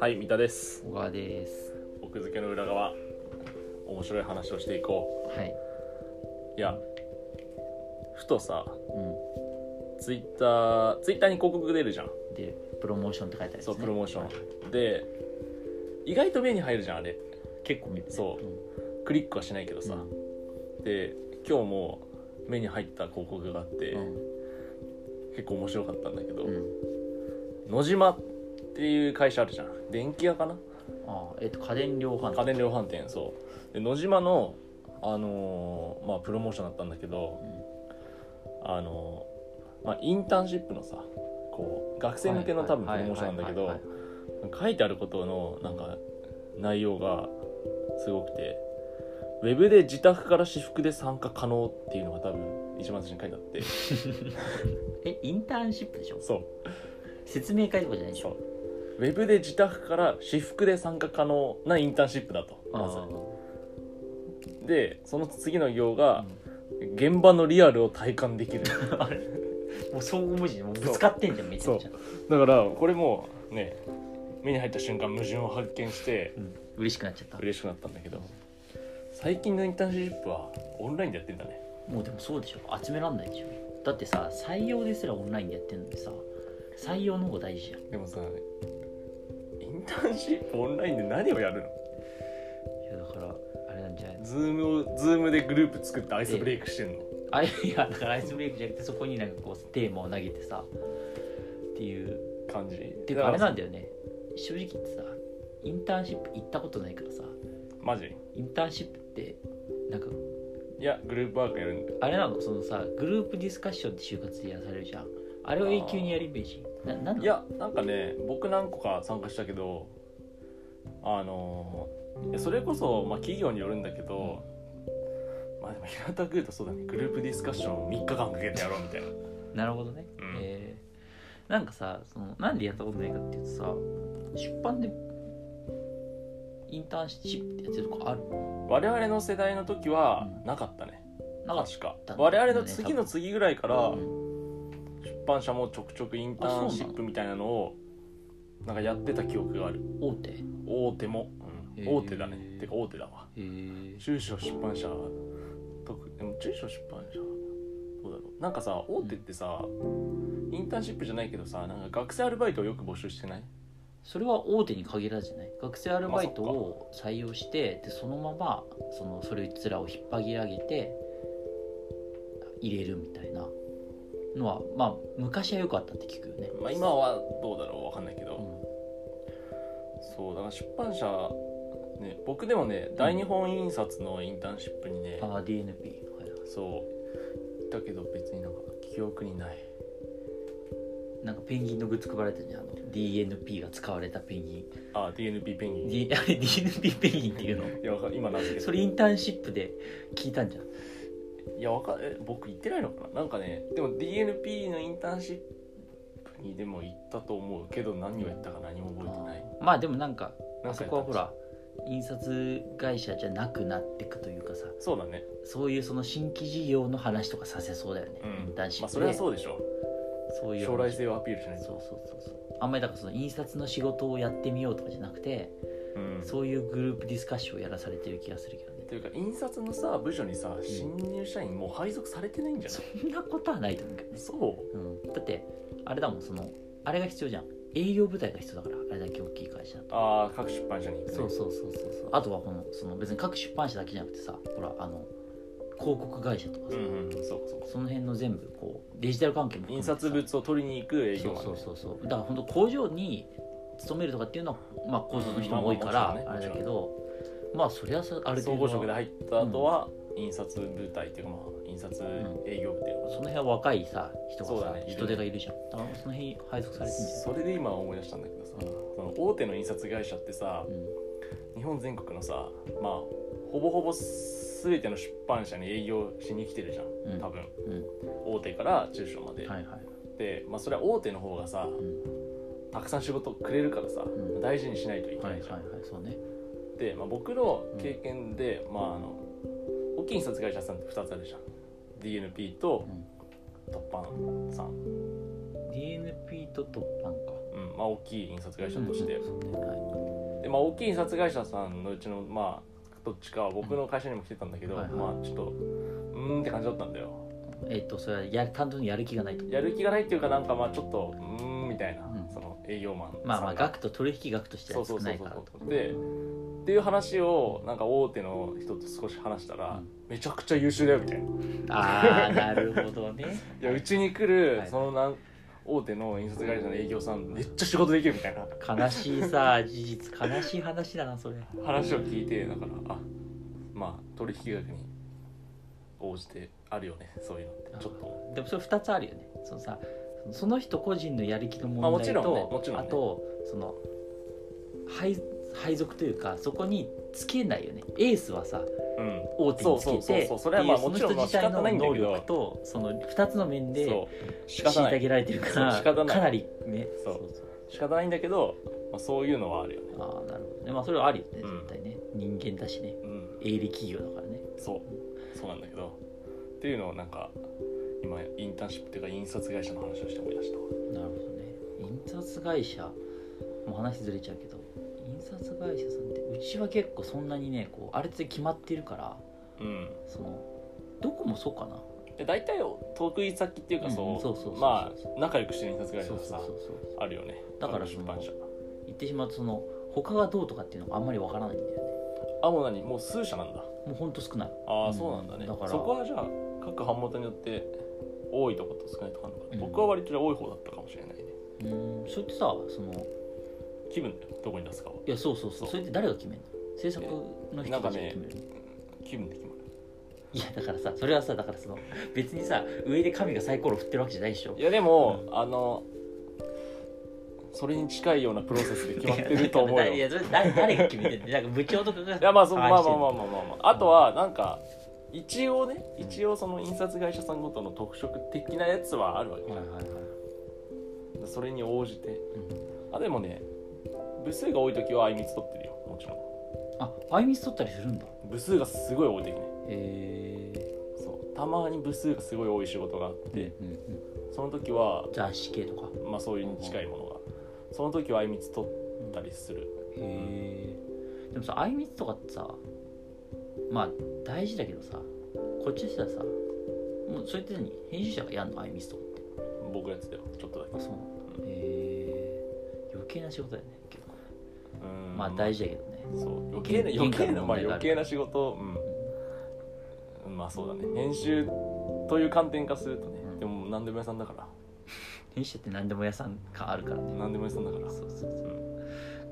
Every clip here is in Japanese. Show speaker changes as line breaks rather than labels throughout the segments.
はい三田です
小川です。
奥付けの裏側面白い話をしていこ
はい。
ういやふとさ
う
ツイッターツイッターに広告出るじゃん
ん。で、プロモーションって書いてあるやつね
そうプロモーションで意外と目に入るじゃんあれ
結構見る。
そう
う
クリックはしないけど
ん。
さ、
うん
で今日も目に入った広告があって、
うん
結構面白かったんだけど、
うん。
野島っていう会社あるじゃん電気屋かな
ああ、えっと、家電量販
家電量販店そうで野島のあのーまあプロモーションだったんだけどあのーまあインターンシップのさこう学生向けの多分プロモーションなんだけ
はいは
ど
いはいはいはい
書いてあることのなんか内容がすごくて「ウェブで自宅から私服で参加可能」っていうのが多分一番最初に書いてあって
え、インターンシップでしょ
そう
説明会とかじゃないでし
そう
ょ
ウェブで自宅から私服で参加可能なインターンシップだとま
あ
ず
ー
でその次の行が現場のリアルを体感 できる
うんあれ もう総合無事でもうぶつかってんじゃん、めちゃくちゃ。
だからこれもね目に入った瞬間矛盾を発見して
うん嬉しくなっちゃった。
嬉しくなったんだけど最近のインターンシップはオンラインでやってんだね
もうでもそうでしょ。集めらんないでしょ。だってさ、採用ですらオンラインでやってんのにさ、採用の方が大事じゃん。
でもさインターンシップオンラインで何をやるの
いや、だから、あれなんじゃない
ズームをズームでグループ作ってアイスブレイクしてんの
あいやだからアイスブレイクじゃなくてそこになんかこうテーマを投げてさっていう
感じ
ていうかあれなんだよね正直言ってさインターンシップ行ったことないからさ
マジ
インターンシップってなんか
いやグループワークやるんだよ
あれなのそのさグループディスカッションって就活でやらされるじゃんあれを永久にやるイメージななんなの
いやなんかね僕何個か参加したけどあのいやそれこそ、まあ、企業によるんだけど、まあでも平たく言うとそうだねグループディスカッションを3日間かけてやろうみたいな
なるほどね、
うん
えーなんかさそのなんでやったことないかっていうとさ出版でインターンシップってやつとかある
我々の世代の時は
うん
なかったね、
なかっ
確か、
たんだよ
我
ね
々の次の次ぐらいか
た
ら
うん
出版社もちょくちょくインターンシッ
あそうな
プみたいなのをなんかやってた記憶がある
大手へ
大手も、うん
へー
大手だねてか大手だわ
え
中小出版社特でも中小出版社どうだろうなんかさ大手ってさインターンシップじゃないけどさなんか学生アルバイトをよく募集してない
それは大手に限らずじゃない学生アルバイト
まあ
を採用してでそのままそのそれつらを引っ張り上げて入れるみたいなのはまあ昔は良かったって聞くよね、
まあ今はどうだろうわかんないけ
う
ど
ん
そうだから出版社ね僕でもね大日本印刷のインターンシップにね
ああ DNP はいは
そうだけど別になんか記憶にない
いなんかペンギンのグッズ配られたじゃんあの DNP が使われたペンギ
あ DNP ペンギ
ン、
ン
D、あれ DNP ペンギンっていうの
いやわか今名付け
そ
て
れインターンシップで聞いたんじゃん
いやわかえ僕行ってないのかななんかねでも DNP のインターンシップにでも行ったと思うけど何をやったか何も覚えてない
まあでもなんか
なんか
あ
やった
そこはほら印刷会社じゃなくなってくというかさ
そうだね
そういうその新規事業の話とかさせそうだよね、
うん
インターンシップ
まあそ
で
れはそうでしょ
そういう話
将来性をアピールしない
そう
と
そうそうそうあんまりだからその印刷の仕事をやってみようとかじゃなくて、
うん
そういうグループディスカッションをやらされてる気がするけどね
というか印刷のさ部署にさ新入社員もう配属されてないんじゃな
そ
い
んなことはないと思うけどね、
そう
うん、だってあれだもんそのあれが必要じゃん営業部隊が必要だからあれだけ大きい会社だと
ああ各出版社に行く、ね、
そうそうそうそうそうあとはこのその別に各出版社だけじゃなくてさほらあの広告会社とか
う
さ、
んうんそうかそうか
その辺の全部こうデジタル関係も含め
印
てさ
刷物を取りに行く営業マン、ね、
そうそうそうそうだから本当工場に勤めるとかっていうのは、まあ、高卒の人も多いか
う
ら
んまあ
あ
まあも
れ
ちろんね
だけどまあそりゃさある
総
程
合
度
職で入った後は、印刷部隊っていうかまあ印刷営業部っていうのかな
その辺は若いさ人
そう
が
だ
さ、
ねいるね
人手がいるじゃんだからその辺配属されてんじ
それで今思い出したんだけどさ、
うん
その大手の印刷会社ってさ
ゃん、
日本全国のさまあほぼほぼ全ての出版社に営業しに来てるじゃ
うんん
多分、
うんうん
大手から中小まで、
はいはい、
で、まあ、それは大手の方がさ
うん、
たくさん仕事くれるからさ、
ん
大事にしないといけ
は
な
いはいい
じゃん、
はいそうね
で、まあ、僕の経験で、まああの大きい印刷会社さんって2つあるじゃん DNP と
うん
突版さん、
DNP と突版か
うんまあ、大きい印刷会社として、
うんそうねは
でまあ、大きい印刷会社さんのうちの、まあ、どっちかは僕の会社にも来てたんだけど、
はいはい
まあ、ちょっとうーんって感じだったんだよ
いえっ、とそれはや単純にやる気がないと
やる気がないっていうかなんかまあちょっとうーんみたいな、
うん
その営業マンさんが
まあまあ額と取引額として
そ
は
うそ
少
うそ
な
う
い
そ
からと
うでっていう話をなんか大手の人と少し話したら、
うん
めちゃくちゃ優秀だよみたいな
ああなるほどね
いやうちに来る、
はい
そのなん大手の印刷会社の営業さんめっちゃ仕事できるみたいな
悲しいさ事実悲しい話だなそれ
話を聞いてだからあまあ取引額に応じてあるよねそういうのってちょっと
でもそれ2つあるよねそのさその人個人のやる気の問題
まあもちろんね
と
もちろん
あ
ね
とその配配属というかそこにつけないよねエースはさ
うん
大手につけ
そうそうそう
て
そうそれはまあ
っていう
もちろん
その人自体
まあ仕方ないん
の
だ
能
けど
力とその2つの面で
そう仕方な
虐
い
げられてるから
そう仕方ない
かなりね
そう仕方ないんだけど、まあ、そういうのはあるよね
ああなるほどねまあそれはあるよね
うん
絶対ね、人間だしね
うん
営利企業だからね
そうそうなんだけどっていうのをなんか今インターンシップっていうか印刷会社の話をして思い出した
なるほどね印刷会社もう話ずれちゃうけど印刷会社さんってうちは結構そんなにねこうあれって決まってるから
うん
そのどこもそうかな
で大体得意先っていうか
うんそうそうそ
そううまあ仲良くしてる印刷会
そ
社
う
が
そう
さ
そうそう
あるよね
だからそ
出
の
版社
言ってしまうとその他がどうとかっていうのがあんまりわからないんだよね
あもう何もう数社なんだ
もうほんと少ない
ああ、
うん
そうなんだね
だから
そこはじゃあ各版元によって多いとこと少ないとこあるのかな、
うん
僕は割とじゃあ多い方だったかもしれないね
うんそれってさその
気分だよどこに出すかはい
やそうそうそうそ
そう
れって誰が決めるの制作の人たちが決めるの、
気分で決まる
いやだからさそれはさだからその別にさ上で神がサイコロ振ってるわけじゃないでしょ
いやでも、あのそれに近いようなプロセスで決まってると思うよ
いやそれ誰誰が決めてんのなん か部長とかが
いやまあそうまあまあまあま
あ
あまあ、まあ、あとはなんか一応ね一応その印刷会社さんごとの特色的なやつはあるわけじゃん
はいはいはい、
それに応じてあでもね部数が多い時はあいみつ取ってるよもちろ
あアイミス取ったりするんだ
ん部数がすごい多い時ね
へ
そうたまに部数がすごい多い仕事があっ
え
てその時は
雑誌系とか
まあそういうに近いものがその時はあいみつ取ったりする
へえでもさあいみつとかってさまあ大事だけどさこっちとしてはさもうそれって何編集者がやんのあいみつとかって
僕やつだよちょっとだけ
あそうなんだへえ余計な仕事だよね結構
うん
まあ大事だけどね、
そう余計な余計なまあ余計な仕事うんまあそうだね編集という観点からするとね、
うん
でも何でも屋さんだから
編集者って何でも屋さん感あるからね
何でも屋さんだから
そうそうそう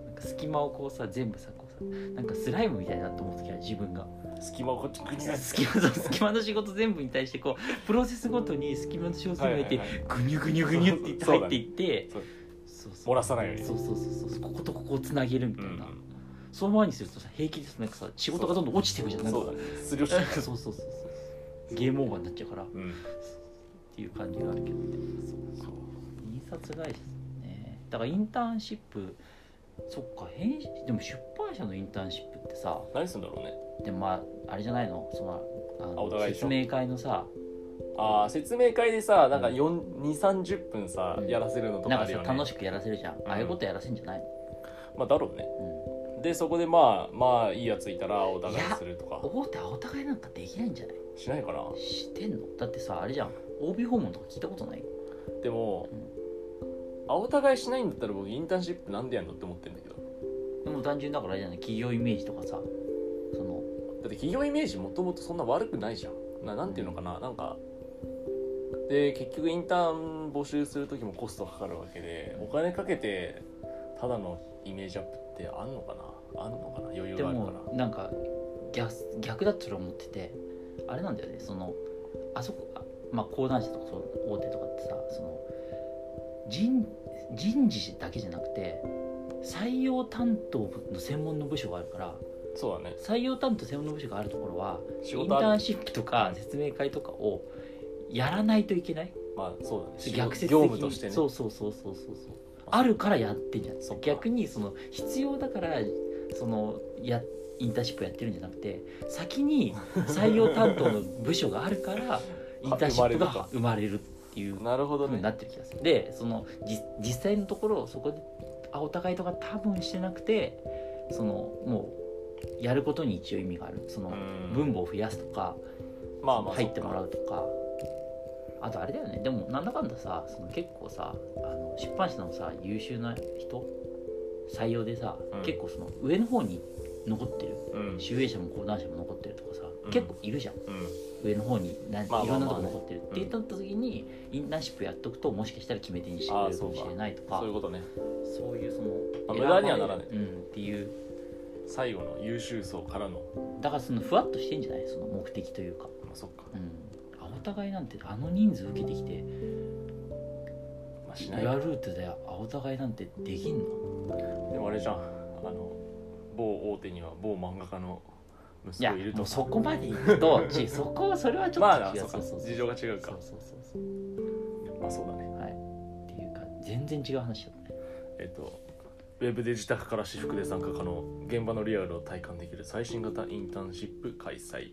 なんか隙間をこうさ全部さこうさなんかスライムみたいだと思う時は自分が
隙間をこっちグニャッ
隙間の隙間の仕事全部に対してこうプロセスごとに隙間の仕事に入って
はいはい
グニュグニュグニュっていって
そう
入
だね
っていって
そう
そうそう
漏らさないように
そうそうそうそうこことここをつなげるみたいな、
うんうん
その前にするとさ平気ですなんかさ仕事がどんどん落ちていくじゃんなんか
そうだねすりおし
そうそうそうそうゲームオーバーになっちゃうからっ
うん
ていう感じがあるけどね
そう
印刷会社ですねだからインターンシップそっか編集でも出版社のインターンシップってさ
何するんだろうね
でもまああれじゃないのそのあ
あお
の
互いでし
説
ょ
明会のさ
あー説明会でさなんか
うん
2三3 0分さ
うん
やらせるのと
な
か
ん
あ
か
る
さ
よね
楽しくやらせるじゃん、ああいうことやらせんじゃないの、
まあだろうね
うん
でそこでまあまあいいやついたらお互い
いや
するとか
大手はお互いなんかできないんじゃない
しないかな
してんのだってさあれじゃん OB 訪問とか聞いたことない
でも
うん
あお互いしないんだったら僕インターンシップなんでやんのって思ってるんだけど
でも単純だからあれじゃない企業イメージとかさその
だって企業イメージもともとそんな悪くないじゃんななんていうのかななんかで結局インターン募集する時もコストかかるわけでお金かけてただのイメージアップってあんのかなあんのかな余裕
で
があるか
もなんか逆逆だってそれ思っててあれなんだよねそのあそこあまあ講談社とかそう大手とかってさその人人事だけじゃなくて採用担当の専門の部署があるから
らそうだね
採用担当専門の部署があるところは
仕
イ
事
ンタ
あ
ー
る
ンシップとか説明会とかをやらないといけない
まあそうだね仕事
逆説的に
業務としてね
そうそうそうそうそうそう
ま
あるからやってんじゃん
そっか
逆にその必要だからそのやインターンシップやってるんじゃなくて 先に採用担当の部署があるからインターンシップが生まれるっっていう
なるほど
ふう
ね
になってる気がするでそのじ実際のところそこであお互いとか多分してなくてそのもうやることに一応意味があるその
うん
分母を増やすとか、
まあまあ
入ってもら
う
うとかあとあれだよねでもなんだかんださその結構さあの出版社のさ優秀な人採用でさ、
うん
結構その上の方に残ってる
うん
集英社も講談社も残ってるとかさ、
うん
結構いるじゃん
うん
上の方にな
まあ
いろんなと
まあ
こ
まあね
残ってるって言った時に、インターンシップやっとくともしかしたら決め手にしてく
ああ
れるか
そう
も
か
しれないとか
そういうことね
そういうそ
まあ
の
無駄にはならない
選ばれるうん、っていう
最後の優秀層からの
だからそのふわっとしてんじゃないその目的というか
まあそっか、
うんあお互いなんてあの人数受けてきて
まあ、しない
裏ルートであお互いなんてできんの
でもあれじゃんあの某大手には某漫画家の
い
息
や
子いる
も
と
うそこまで行くとちそこはそれはちょっ
まあ
と違う
そっか
そうそうそう
事情が違うか
そうそうそうそう
まあそうだね
はいっていうか全然違う話だったね
えっとウェブで自宅から私服で参加可能現場のリアルを体感できる最新型インターンシップ開催